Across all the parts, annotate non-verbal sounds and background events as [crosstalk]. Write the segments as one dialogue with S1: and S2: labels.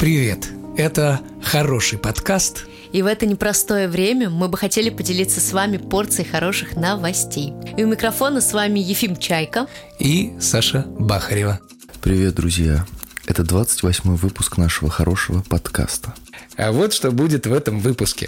S1: Привет! Это хороший подкаст.
S2: И в это непростое время мы бы хотели поделиться с вами порцией хороших новостей. И у микрофона с вами Ефим Чайка.
S1: И Саша Бахарева.
S3: Привет, друзья! Это 28 выпуск нашего хорошего подкаста.
S1: А вот что будет в этом выпуске.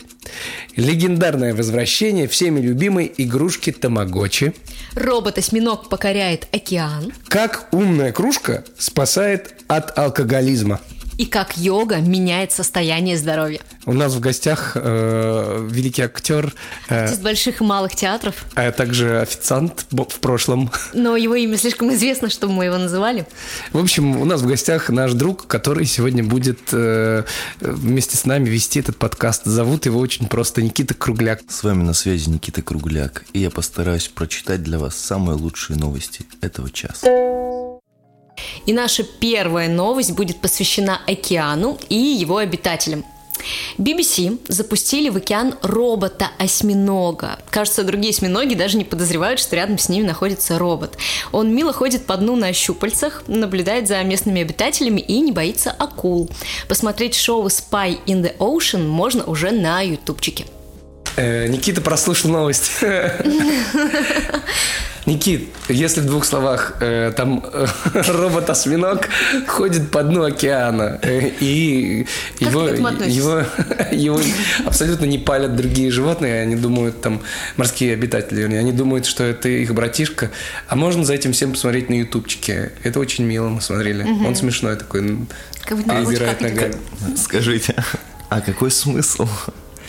S1: Легендарное возвращение всеми любимой игрушки Тамагочи.
S2: Робот-осьминог покоряет океан.
S1: Как умная кружка спасает от алкоголизма.
S2: И как йога меняет состояние здоровья.
S1: У нас в гостях э, великий актер, э,
S2: Из больших и малых театров.
S1: а также официант бо- в прошлом.
S2: Но его имя слишком известно, чтобы мы его называли.
S1: В общем, у нас в гостях наш друг, который сегодня будет э, вместе с нами вести этот подкаст. Зовут его очень просто Никита Кругляк.
S3: С вами на связи Никита Кругляк, и я постараюсь прочитать для вас самые лучшие новости этого часа.
S2: И наша первая новость будет посвящена океану и его обитателям. BBC запустили в океан робота-осьминога. Кажется, другие осьминоги даже не подозревают, что рядом с ними находится робот. Он мило ходит по дну на щупальцах, наблюдает за местными обитателями и не боится акул. Посмотреть шоу «Spy in the Ocean» можно уже на ютубчике.
S1: Э, Никита прослушал новость.
S2: [laughs]
S1: Никит, если в двух словах, э, там э, [laughs] робот-осьминог ходит по дну океана, э, и
S2: Как
S1: его,
S2: ты к этому относишься?
S1: его, [laughs] его абсолютно не палят другие животные, они думают, там, морские обитатели, вернее, они думают, что это их братишка, а можно за этим всем посмотреть на ютубчике, это очень мило, мы смотрели, он смешной такой, м,
S2: Как будто на
S1: перебирает
S2: ручках
S1: ногами.
S3: Скажите, а какой смысл?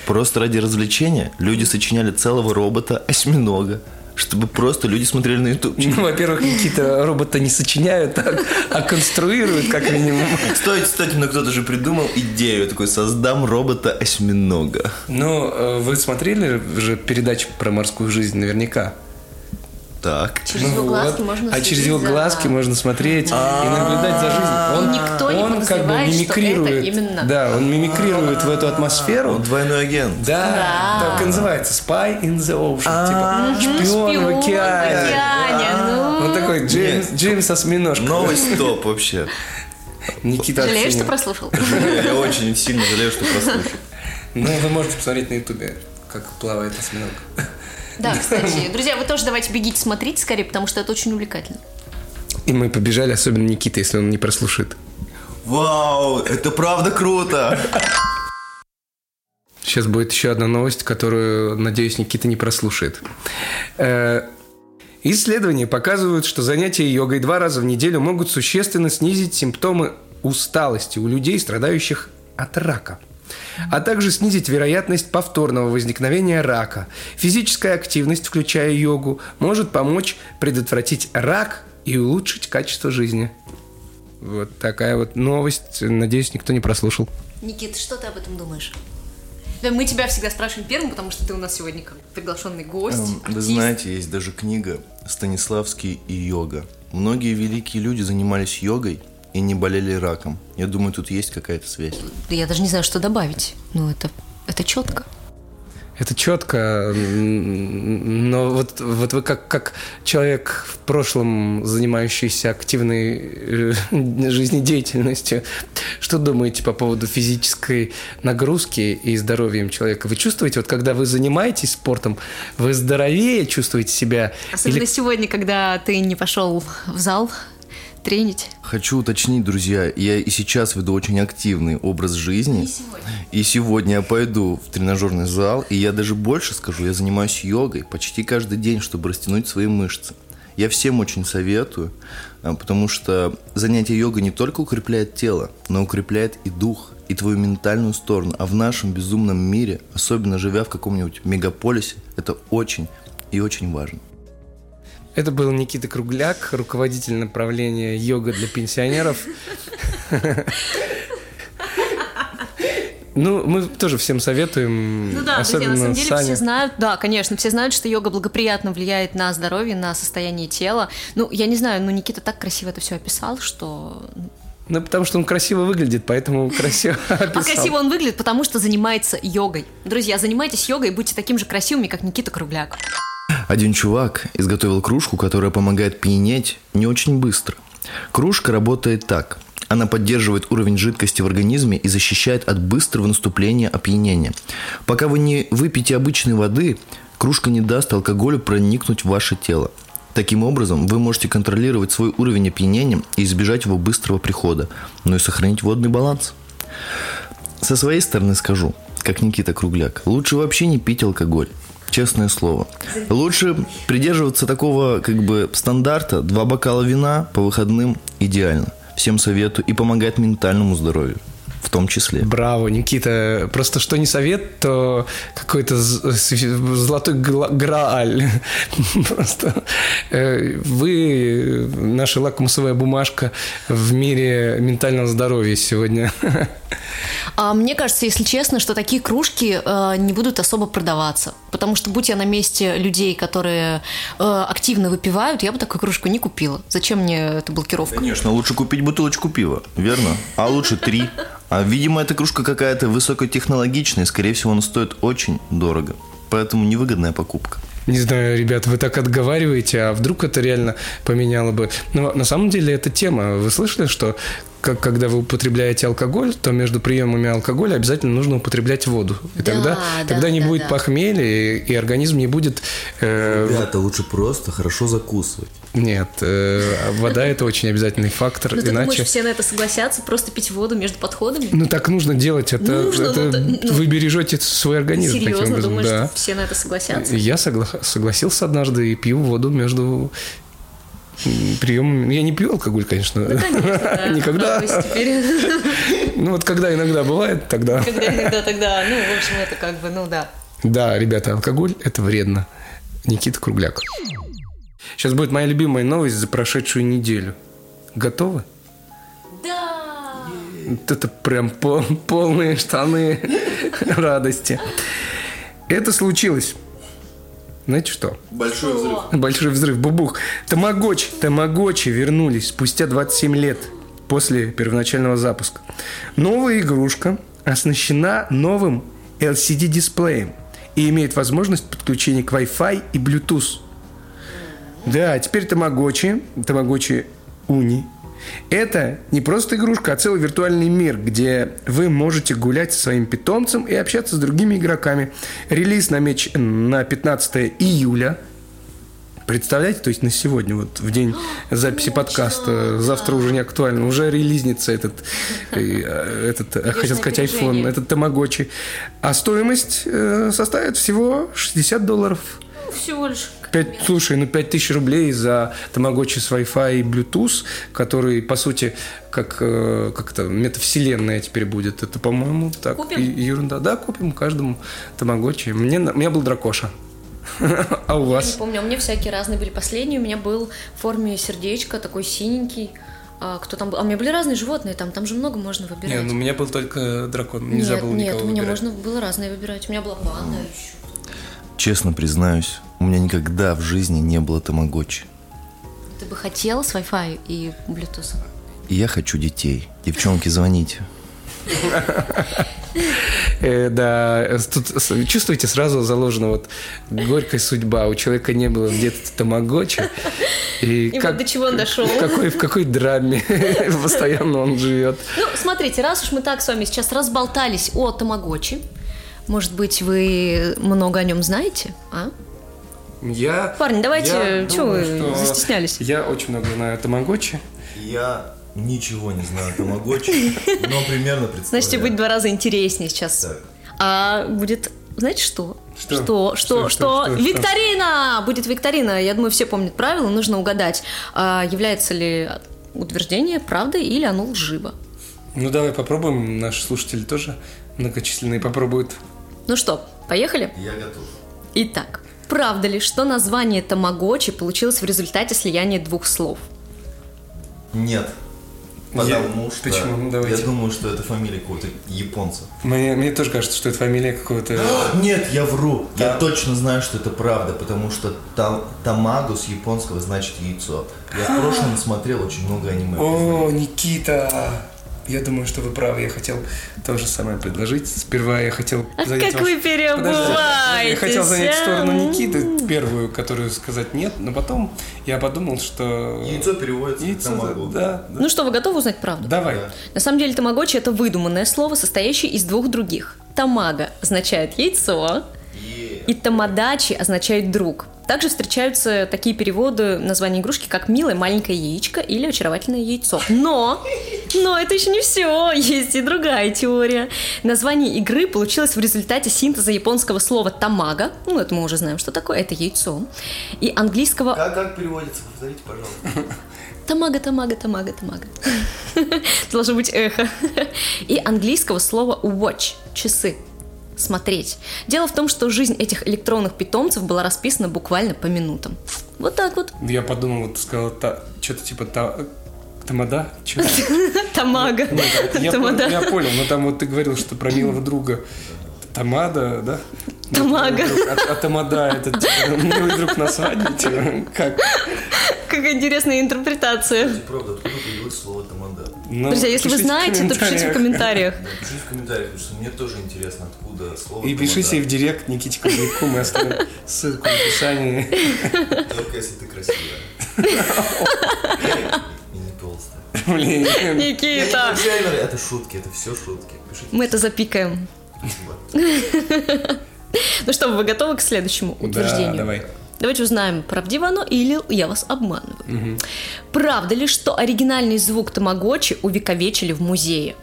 S3: Просто ради развлечения люди сочиняли целого робота-осьминога, чтобы просто люди смотрели на ютубчик.
S1: Ну, [laughs] во-первых, Никита робота не сочиняют, а- а конструируют, как минимум.
S3: Стойте, стойте, но кто-то же придумал идею. Я такой, создам робота-осьминога.
S1: Ну, э, вы смотрели же передачу про морскую жизнь наверняка?
S3: Так.
S2: Через
S1: Ну
S2: его глазки
S1: вот.
S2: можно
S1: А через
S2: следить
S1: его
S2: за-
S1: глазки можно смотреть и наблюдать за жизнью.
S2: И никто не
S1: он как бы
S2: подозревает, что
S1: мимикрирует.
S2: это именно-
S1: Да, он мимикрирует в эту
S3: Он
S1: атмосферу.
S3: двойной агент.
S1: Да, так и называется. Spy in the ocean. Типа шпион в океане.
S2: океане, ну.
S1: Он такой Джеймс, Джеймс осьминожка.
S3: Новость топ вообще.
S1: Никита
S2: Жалеешь, что
S1: оценил. [laughs]
S2: прослушал?
S3: Я очень сильно жалею, что прослушал.
S1: Ну, вы можете посмотреть на ютубе, как плавает осьминог.
S2: Да, кстати. Друзья, вы тоже давайте бегите смотрите скорее, потому что это очень увлекательно.
S1: И мы побежали, особенно Никита, если он не прослушает.
S3: Вау, это правда круто!
S1: Сейчас будет еще одна новость, которую, надеюсь, Никита не прослушает. Э, Исследования показывают, что занятия йогой два раза в неделю могут существенно снизить симптомы усталости у людей, страдающих от рака а также снизить вероятность повторного возникновения рака. Физическая активность, включая йогу, может помочь предотвратить рак и улучшить качество жизни. Вот такая вот новость. Надеюсь, никто не прослушал.
S2: Никита, что ты об этом думаешь? Да, мы тебя всегда спрашиваем первым, потому что ты у нас сегодня как приглашенный гость.
S3: Эм, Вы
S2: артист.
S3: знаете, есть даже книга «Станиславский и йога». Многие великие люди занимались йогой и не болели раком. Я думаю, тут есть какая-то связь.
S2: Да я даже не знаю, что добавить. Ну, это, это четко.
S1: Это четко, м, но вот, вот вы как, как человек в прошлом, занимающийся активной э, [laughs] жизнедеятельностью, что думаете по поводу физической нагрузки и здоровьем человека? Вы чувствуете, вот когда вы занимаетесь спортом, вы здоровее чувствуете себя?
S2: Особенно сегодня, когда ты не пошел в зал тренить.
S3: Хочу уточнить, друзья, я и сейчас веду очень активный образ жизни. И сегодня я пойду в тренажерный зал, и я даже больше скажу, я занимаюсь йогой почти каждый день, чтобы растянуть свои мышцы. Я всем очень советую, а, потому что занятие йогой не только укрепляет тело, но укрепляет и дух, и твою ментальную сторону. А в нашем безумном мире, особенно живя в каком-нибудь мегаполисе, это очень и очень важно.
S1: Это был Никита Кругляк, руководитель направления йога для пенсионеров. Ну, мы тоже всем советуем,
S2: Ну да, друзья,
S1: особенно
S2: на самом деле
S1: Сане.
S2: все знают, да, конечно, все знают, что йога благоприятно влияет на здоровье, на состояние тела. Ну, я не знаю, но Никита так красиво это все описал, что...
S1: Ну, потому что он красиво выглядит, поэтому красиво
S2: [laughs] А
S1: описал.
S2: красиво он выглядит, потому что занимается йогой. Друзья, занимайтесь йогой и будьте таким же красивыми, как Никита Кругляк.
S3: Один чувак изготовил кружку, которая помогает пьянеть не очень быстро. Кружка работает так.
S4: Она поддерживает уровень жидкости в организме и защищает от быстрого наступления опьянения. Пока вы не выпьете обычной воды, кружка не даст алкоголю проникнуть в ваше тело. Таким образом, вы можете контролировать свой уровень опьянения и избежать его быстрого прихода, но и сохранить водный баланс. Со своей стороны скажу, как Никита Кругляк, лучше вообще не пить алкоголь. Честное слово. Лучше придерживаться такого как бы стандарта. Два бокала вина по выходным идеально. Всем советую и помогает ментальному здоровью в том числе.
S1: Браво, Никита. Просто что не совет, то какой-то з- з- золотой гла- грааль. [laughs] Просто э, вы э, наша лакмусовая бумажка в мире ментального здоровья сегодня. [laughs]
S2: А мне кажется, если честно, что такие кружки э, не будут особо продаваться. Потому что будь я на месте людей, которые э, активно выпивают, я бы такую кружку не купила. Зачем мне эта блокировка?
S4: Конечно, лучше купить бутылочку пива, верно? А лучше три. А, видимо, эта кружка какая-то высокотехнологичная, и, скорее всего, она стоит очень дорого. Поэтому невыгодная покупка.
S1: Не знаю, ребят, вы так отговариваете, а вдруг это реально поменяло бы. Но на самом деле это тема. Вы слышали, что как, когда вы употребляете алкоголь, то между приемами алкоголя обязательно нужно употреблять воду. И
S2: Да,
S1: тогда,
S2: да,
S1: тогда не
S2: да,
S1: будет
S2: да.
S1: похмелья, и, и организм не будет... э,
S3: Ребята, лучше просто хорошо закусывать.
S1: Нет, э, вода это очень обязательный фактор,
S2: Ну, ты
S1: иначе...
S2: думаешь, все на это согласятся? Просто пить воду между подходами?
S1: Ну так нужно делать, это,
S2: Нужно,
S1: это
S2: ну, да, ну,
S1: вы бережете свой организм таким
S2: Серьезно
S1: образом,
S2: думаешь,
S1: да.
S2: что все на это согласятся?
S1: Я согла- согласился однажды и пью воду между м, приемами. Я не пью алкоголь, конечно.
S2: Да,
S1: [laughs] Никогда.
S2: А, то есть теперь- [laughs]
S1: Ну вот когда иногда бывает, тогда.
S2: Когда иногда тогда, ну, в общем, это как бы, ну да.
S1: Да, ребята, алкоголь это вредно. Никита Кругляк. Сейчас будет моя любимая новость за прошедшую неделю. Готовы?
S2: Да!
S1: Вот это прям по- полные штаны радости. Это случилось. Знаете что?
S4: Большой взрыв.
S1: Большой взрыв, бубух. Тамагочи, тамагочи вернулись спустя 27 лет после первоначального запуска. Новая игрушка оснащена новым LCD-дисплеем и имеет возможность подключения к Wi-Fi и Bluetooth. Да, теперь тамагочи, тамагочи Уни, это не просто игрушка, а целый виртуальный мир, где вы можете гулять со своим питомцем и общаться с другими игроками. Релиз намечен на 15 июля. Представляете, то есть на сегодня, вот в день записи подкаста, завтра уже не актуально, уже релизнится этот, э, э, этот э, хотел сказать, iPhone,
S2: напряжение.
S1: этот тамагочи. А стоимость э, составит всего 60 долларов.
S2: Всего лишь
S1: Пять, слушай, ну 5000 рублей за тамагочи с Wi-Fi и Bluetooth, который, по сути, как, э, как это, метавселенная теперь будет. Это, по-моему, так,
S2: Купим?
S1: и- ерунда. Да, купим каждому тамагочи. Мне, на- у меня был дракоша. [laughs] А у
S2: Я не
S1: вас?
S2: помню, у меня всякие разные были. Последний у меня был в форме сердечка, такой синенький. А, кто там был? А у меня были разные животные, там, там же много можно
S1: Не,
S2: выбирать.
S1: ну у меня был только дракон. Не
S2: нет,
S1: забыл
S2: нет,
S1: никого
S2: у меня
S1: выбирать.
S2: можно было разные выбирать. У меня была панда еще.
S4: Честно признаюсь, у меня никогда в жизни не было тамагочи.
S2: Ты бы хотел с Wi-Fi и Bluetooth?
S4: И я хочу детей. Девчонки, звоните.
S1: Э, да, э, тут с- чувствуете сразу заложена вот горькая судьба. У человека не было в детстве тамагочи.
S2: [laughs]
S1: И,
S2: вот до чего он дошел.
S1: В какой, в какой
S2: [laughs]
S1: драме постоянно он живет.
S2: Ну, смотрите, раз уж мы так с вами сейчас разболтались о Тамагочи, может быть, вы много о нем знаете, а?
S1: Я...
S2: Парни, давайте, э,
S1: я
S2: чё
S1: думаю,
S2: вы
S1: что
S2: застеснялись?
S1: Я очень много знаю о Тамагочи.
S3: Я ничего не знаю о тамагочи, но
S1: [laughs]
S3: примерно представляю.
S2: Значит, тебе будет в два раза интереснее сейчас.
S3: Так.
S2: А будет, знаете что?
S1: Что?
S2: Что? Что?
S1: Что, что,
S2: что,
S1: что, что?
S2: Викторина! Будет викторина. Я думаю, все помнят правила. Нужно угадать, а, является ли утверждение правдой или оно лживо.
S1: Ну, давай попробуем. Наши слушатели тоже многочисленные попробуют.
S2: Ну что, поехали?
S3: Я готов.
S2: Итак, правда ли, что название Тамагочи получилось в результате слияния двух слов?
S3: Нет.
S1: Я-
S3: Потому что
S1: почему? Ну, давайте.
S3: я думаю, что это фамилия какого-то японца.
S1: Мне, мне тоже кажется, что это фамилия какого-то...
S3: [gasps] Нет, я вру.
S1: Да.
S3: Я точно знаю, что это правда, потому что там, тамагу с
S1: [gasps]
S3: японского значит яйцо. Я в прошлом смотрел очень много аниме.
S1: О,
S3: признаю.
S1: Никита! Я думаю, что вы правы. Я хотел то же самое предложить. Сперва я хотел...
S2: А
S1: занять
S2: как
S1: ваш-
S2: вы переобуваетесь,
S1: Я хотел занять
S2: а?
S1: сторону Никиты, первую, которую сказать нет, но потом я подумал, что...
S3: Яйцо переводится
S1: Яйцо,
S3: как тамагочи.
S1: да, да.
S2: Ну что, вы готовы узнать правду?
S1: Давай.
S2: На самом деле тамагочи это выдуманное слово, состоящее из двух других. Тамага означает яйцо, и тамадачи означает друг. Также встречаются такие переводы названия игрушки, как «милое маленькое яичко» или «очаровательное яйцо». Но, но это еще не все, есть и другая теория. Название игры получилось в результате синтеза японского слова «тамага», ну это мы уже знаем, что такое, это яйцо, и английского
S3: Как, как переводится? Повторите, пожалуйста.
S2: Тамага, тамага, тамага, тамага. Должно быть эхо. И английского слова watch – часы. Смотреть. Дело в том, что жизнь этих электронных питомцев была расписана буквально по минутам. Вот так вот.
S1: Я подумал, вот ты сказала, что-то типа та, тамада? Чё?
S2: [laughs] Тамага.
S1: Ну, Я,
S2: Тамада.
S1: пон- я понял, но там вот ты говорил, что про милого друга. Тамада, да?
S2: Тамага.
S1: Милый друг. А, а тамада это типа, милый друг на свадьбе? типа, Как?
S2: Какая интересная интерпретация.
S3: И правда, откуда появилось слово тамада?
S1: Ну,
S2: Друзья, а если вы
S1: пишите в
S2: знаете, то пишите в комментариях.
S3: Да, Пишите в комментариях, потому что мне тоже интересно, откуда слово
S1: И
S3: тамада.
S1: пишите в директ Никите Кузьминку, мы оставим ссылку в описании.
S3: Только если ты красивая. И не [laughs] толстая.
S1: Блин. [laughs]
S2: Никита!
S3: Реально, это шутки, это все шутки. Пишите.
S2: Мы это запикаем.
S3: спасибо.
S2: Ну что, вы готовы к следующему утверждению?
S1: Да, давай.
S2: Давайте узнаем, правдиво оно или я вас обманываю. Правда ли, что оригинальный звук тамагочи увековечили в музее?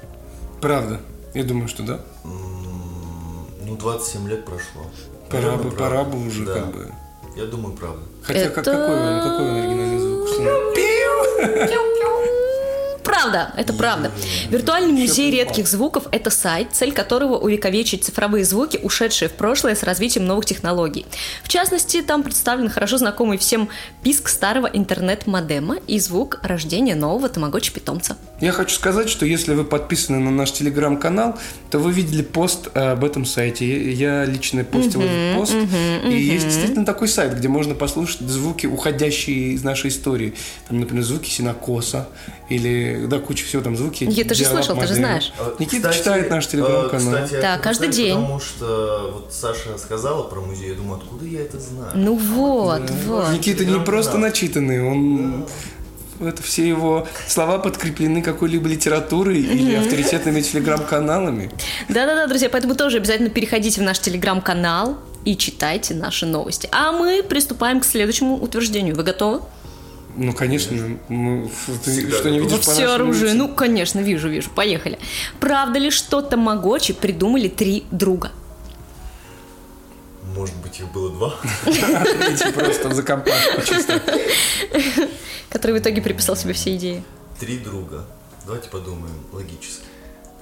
S1: Правда. Я думаю, что да.
S3: М, Ну, 27 лет прошло.
S1: Пора
S3: Наверное,
S1: бы,
S3: правда.
S1: пора бы уже
S3: Да.
S1: как бы.
S3: Я думаю, правда.
S1: Хотя как,
S2: Это-
S1: какой он, какой он оригинальный звук? Что он-
S2: Правда, это правда. Виртуальный музей
S1: понимал.
S2: редких звуков – это сайт, цель которого увековечить цифровые звуки, ушедшие в прошлое с развитием новых технологий. В частности, там представлен хорошо знакомый всем писк старого интернет-модема и звук рождения нового тамагочи-питомца.
S1: Я хочу сказать, что если вы подписаны на наш телеграм-канал, то вы видели пост э, об этом сайте. Я лично постил этот пост. и есть действительно такой сайт, где можно послушать звуки, уходящие из нашей истории. Там, например, звуки синокоса или да, куча всего там звуки.
S2: Я тоже
S1: диалог
S2: слышал, ты же
S1: модели.
S2: знаешь.
S3: А,
S1: Никита
S3: кстати,
S1: читает наш
S3: э,
S1: телеграм-канал.
S3: кстати, я
S2: Да,
S3: это
S2: каждый
S3: знаю,
S2: день.
S3: Потому что вот Саша сказала про музей, я думаю, откуда я это знаю?
S2: Ну вот, вот.
S1: Никита не
S3: Телеграм-канал.
S1: просто начитанный, он... Это все его слова подкреплены какой-либо литературой или авторитетными телеграм-каналами.
S2: Да-да-да, друзья, поэтому тоже обязательно переходите в наш телеграм-канал и читайте наши новости. А мы приступаем к следующему утверждению. Вы готовы?
S1: Ну, конечно, мы- фу, ты
S3: Всегда
S1: что не видишь
S3: готов.
S2: Вот
S1: по
S2: все
S1: нашему
S2: оружие.
S1: лицу? [laughs]
S2: Ну, конечно, вижу, вижу. Поехали. Правда ли, что Тамагочи придумали три друга?
S3: Может быть, их было два?
S1: Эти просто за компашку чисто.
S2: Который в итоге приписал себе все идеи.
S3: Три друга. Давайте подумаем логически.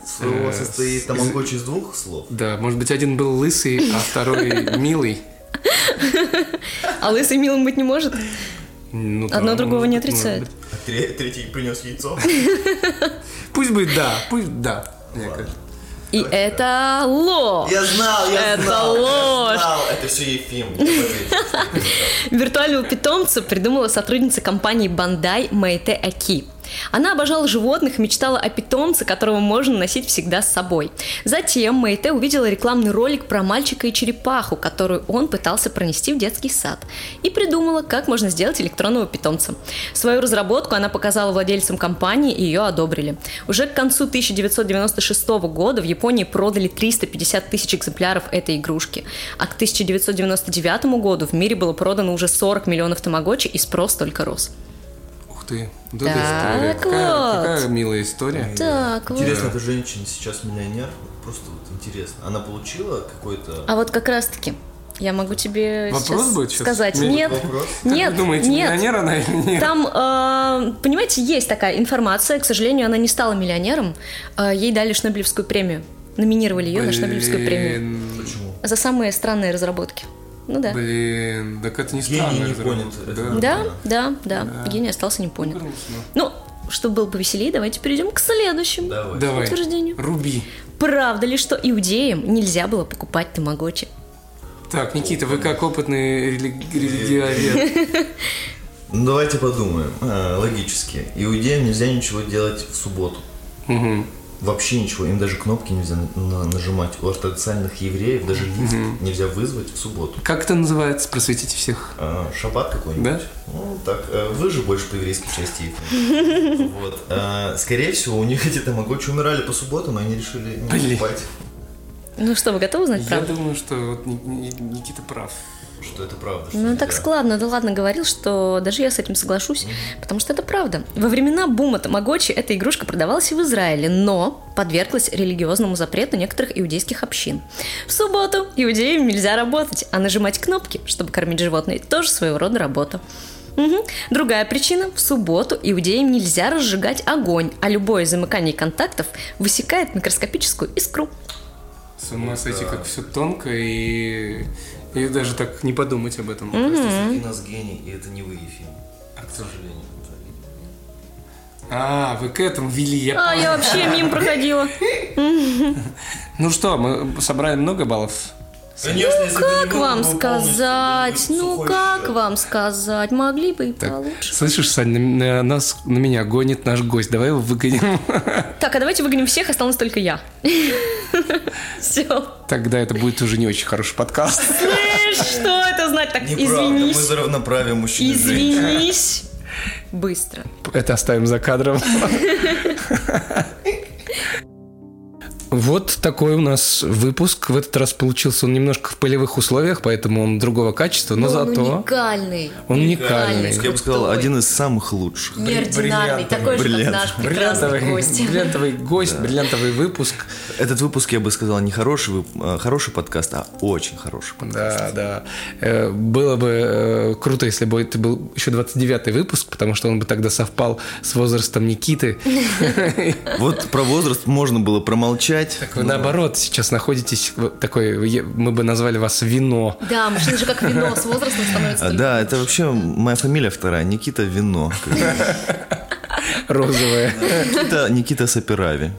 S3: Слово состоит тамагочи из двух слов.
S1: Да, может быть, один был лысый, а второй милый.
S2: А лысый милым быть не может?
S1: Ну, да,
S2: Одно другого не
S1: может быть,
S2: отрицает.
S1: может
S3: А тре- третий принес яйцо.
S1: быть. Пусть будет да, пусть да. мне кажется.
S2: И это ложь.
S3: [laughs] Я знал, я
S2: Это
S3: знал.
S2: ложь.
S3: Я знал. Это все Ефим.
S2: [laughs]
S3: я поверил.
S2: Виртуального питомца придумала сотрудница компании Bandai Мэйте Аки. Она обожала животных и мечтала о питомце, которого можно носить всегда с собой. Затем Мэйте увидела рекламный ролик про мальчика и черепаху, которую он пытался пронести в детский сад, и придумала, как можно сделать электронного питомца. Свою разработку она показала владельцам компании, и ее одобрили. Уже к концу 1996 года в Японии продали 350 тысяч экземпляров этой игрушки, а к 1999 году в мире было продано уже 40 миллионов тамагочи, и спрос только рос.
S1: Ух ты, вот эта
S2: Так
S1: история. Какая
S2: вот.
S1: какая милая история.
S2: Так, вот.
S3: Интересно, эта женщина сейчас миллионер? Просто вот интересно. Она получила какой-то...
S2: А вот как раз-таки я могу тебе
S1: Вопрос
S2: сейчас
S1: будет сейчас?
S2: сказать.
S1: Мне-
S2: Нет,
S3: Вопрос?
S1: Как
S2: нет,
S1: вы думаете,
S2: нет.
S1: миллионер она или нет?
S2: Там, э, понимаете, есть такая информация. К сожалению, она не стала миллионером. Э, ей дали Шнобелевскую премию. Номинировали ее на Шнобелевскую премию.
S1: Блин,
S3: А Почему?
S2: За самые странные разработки. Ну да.
S1: Блин, так это не
S3: Гений
S1: странно.
S3: не понят.
S1: Да.
S3: Это-
S2: Да, да, да, Гений остался не понят.
S1: Грустно.
S2: Ну, чтобы было повеселее, давайте перейдем к следующему
S3: Давай.
S1: Давай.
S2: утверждению.
S1: Руби.
S2: Правда ли, что иудеям нельзя было покупать тамагочи?
S1: Так, Никита, вы как опытный рели- религиовед.
S3: Э, Ну, давайте подумаем. А, логически. Иудеям нельзя ничего делать в субботу. Вообще ничего, им даже кнопки нельзя на- на- нажимать. У ортодоксальных евреев даже лифт нельзя вызвать в субботу.
S1: Как это называется? Просветите всех.
S3: А, шаббат какой-нибудь.
S1: Да?
S3: Ну, так, э, вы же больше по еврейской части. [laughs] Ефрем. Вот. А, Скорее всего, у них эти тамагочи умирали по субботам, и они решили не
S1: Блин.
S3: покупать,
S2: Ну что, вы готовы узнать
S1: Я
S2: правду?
S1: думаю, что вот Ни- Ни- Никита прав.
S3: что это правда. что
S2: Ну,
S3: нельзя.
S2: так складно, да ладно, говорил, что даже я с этим соглашусь, потому что это правда. Во времена бума Тамагочи эта игрушка продавалась и в Израиле, но подверглась религиозному запрету некоторых иудейских общин. В субботу иудеям нельзя работать, а нажимать кнопки, чтобы кормить животных, тоже своего рода работа. Мгм. Другая причина – в субботу иудеям нельзя разжигать огонь, а любое замыкание контактов высекает микроскопическую искру.
S1: С ума сойти, как все тонко и... и даже так не подумать об этом.
S3: Просто среди нас гений, и это не вы, Ефим. к сожалению.
S1: А, вы к этому вели, я
S2: А, я вообще мимо проходила.
S1: понял. Ну что, мы собрали много баллов?
S3: Конечно, если бы не
S2: Ну, Как
S3: было,
S2: вам
S3: было бы ну, полностью,
S2: сказать?
S3: было бы
S2: Ну
S3: сухой
S2: как
S3: счет.
S2: вам сказать? Могли бы и получше.
S1: Слышишь, Сань, на, на нас, на меня гонит наш гость. Давай его [laughs] выгоним.
S2: Так, а давайте выгоним всех, осталось только [laughs] я. Все.
S1: Тогда это будет уже не очень хороший подкаст.
S2: Слышь, Ну что это знать? Так,
S3: Неправда, мы
S2: извинись.
S3: за [laughs] равноправие мужчин и женщин.
S2: Извинись. [laughs] Быстро.
S1: Это оставим за кадром. Вот такой у нас выпуск. В этот раз получился он немножко в полевых условиях, поэтому он другого качества, но,
S2: Он
S1: зато
S2: уникальный.
S1: он уникальный.
S2: уникальный.
S3: Я бы сказал, один из самых лучших.
S2: Неординарный, такой же, как
S3: бриллиант.
S2: наш прекрасный
S1: Бриллиантовый,
S2: гость.
S1: бриллиантовый гость, бриллиантовый выпуск.
S3: Этот выпуск, я бы сказал, не хороший, вып- а, хороший подкаст, а очень хороший.
S1: Да, да. Э, Было бы э, круто, если бы это был еще 29-й выпуск, потому что он бы тогда совпал с возрастом Никиты.
S3: Вот про возраст можно было промолчать.
S1: Вы наоборот сейчас находитесь в такой, е- мы бы назвали вас вино.
S2: Да, мужчина же как вино с возрастом становится.
S3: А,
S2: только
S3: Да, это вообще моя фамилия вторая, Никита Вино. Как бы.
S1: розовое.
S3: Никита, Никита Сапирави.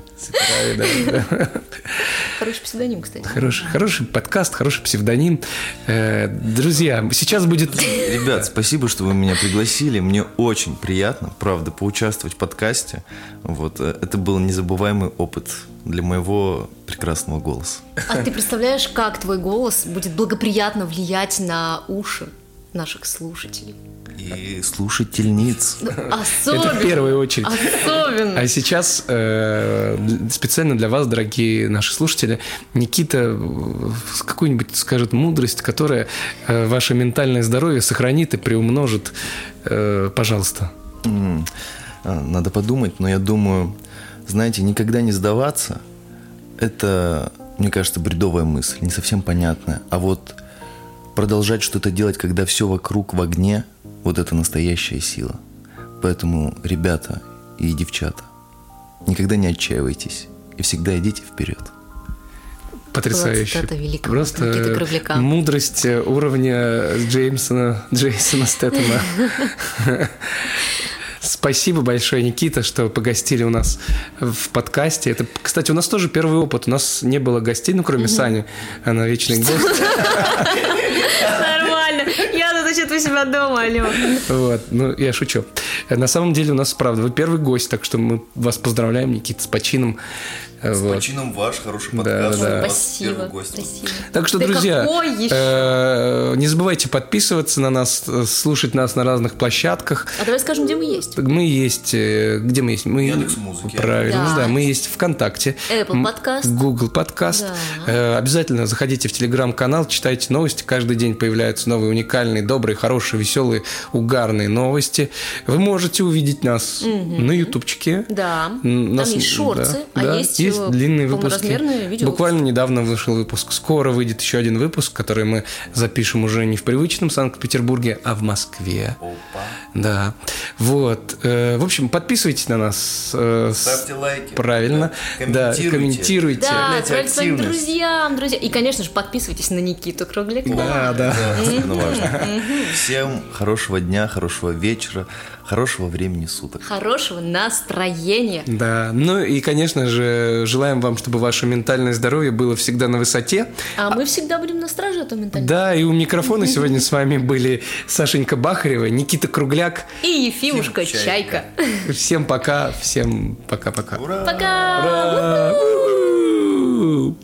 S2: Хороший псевдоним, кстати.
S1: Хороший, хороший подкаст, хороший псевдоним. Э, Друзья, сейчас будет...
S3: Ребят, спасибо, что вы меня пригласили. Мне очень приятно, правда, поучаствовать в подкасте. Вот, э, это был незабываемый опыт для моего прекрасного голоса.
S2: А ты представляешь, как твой голос будет благоприятно влиять на уши наших слушателей?
S3: И слушательниц.
S2: Ну,
S1: Это в
S2: Особенно.
S1: первую очередь.
S2: Особенно.
S1: А сейчас э, специально для вас, дорогие наши слушатели, Никита э, какую-нибудь скажет мудрость, которая э, ваше ментальное здоровье сохранит и приумножит. Э, пожалуйста.
S3: М, а, Надо подумать, но я думаю, знаете, никогда не сдаваться, это, мне кажется, бредовая мысль, не совсем понятная. А вот продолжать что-то делать, когда все вокруг в огне, вот это настоящая сила. Поэтому, ребята и девчата, никогда не отчаивайтесь и всегда идите вперед.
S1: Потрясающе.
S2: цитата великого
S1: Просто
S2: Никиты
S1: э,
S2: Кругляка.
S1: мудрость э, уровня Джеймсона, Джейсона Стэттема. Спасибо большое, Никита, что погостили у нас в подкасте. Это, кстати, у нас тоже первый опыт. У нас не было гостей, ну, кроме Сани. Она вечный гость. А-
S2: Нормально. Я тут значит, у себя дома, алло.
S1: Вот, ну, я шучу. Э, На самом деле у нас, правда, вы первый гость, так что мы вас поздравляем, Никита, с почином. Э, вот.
S3: Почином ваш хороший
S1: подкаст. да, да. У
S2: Спасибо. Спасибо.
S1: Так что,
S2: Да
S1: друзья,
S2: какой еще?
S1: э, не забывайте подписываться на нас, э, слушать нас на разных площадках.
S2: А давай скажем, где мы есть.
S1: Мы есть... э, Где мы есть? Мы...
S3: Яндекс.Музыке.
S1: Правильно,
S2: Да.
S1: да. Мы есть ВКонтакте.
S2: Apple
S1: М,
S2: Podcast.
S1: Google Подкаст.
S2: Да.
S1: Э, Обязательно заходите в Телеграм-канал, читайте новости. Каждый день появляются новые, уникальные, добрые, хорошие, веселые, угарные новости. Вы можете увидеть нас на ютубчике.
S2: Да.
S1: М,
S2: Там
S1: нас-
S2: есть шорты,
S1: да,
S2: а
S1: да,
S2: есть,
S1: есть
S2: э,
S1: длинные выпуски.
S2: полноразмерные видео.
S1: Буквально недавно вышел выпуск. Скоро выйдет еще один выпуск, который мы запишем уже не в привычном Санкт-Петербурге, а в Москве. Да. Вот. Э, В общем, подписывайтесь на нас. э, с-
S3: Ставьте лайки.
S1: Правильно. Да,
S3: Да.
S1: комментируйте.
S2: Да,
S3: Проявляйте
S2: отправляйте своим
S3: активность.
S2: друзьям, друзья. И, конечно же, подписывайтесь на Никиту Кругляка.
S1: Да, да.
S3: Особенно важно. Всем хорошего дня, хорошего вечера, хорошего времени суток.
S2: Хорошего настроения.
S1: Да, ну и, конечно же, Желаем вам, чтобы ваше ментальное здоровье было всегда на высоте.
S2: А, мы всегда будем на страже а этого ментального.
S1: Да, и у микрофона сегодня с вами были Сашенька Бахарева, Никита Кругляк.
S2: И Ефимушка Чайка.
S1: Всем пока, всем пока-пока.
S2: Пока!
S1: Ура!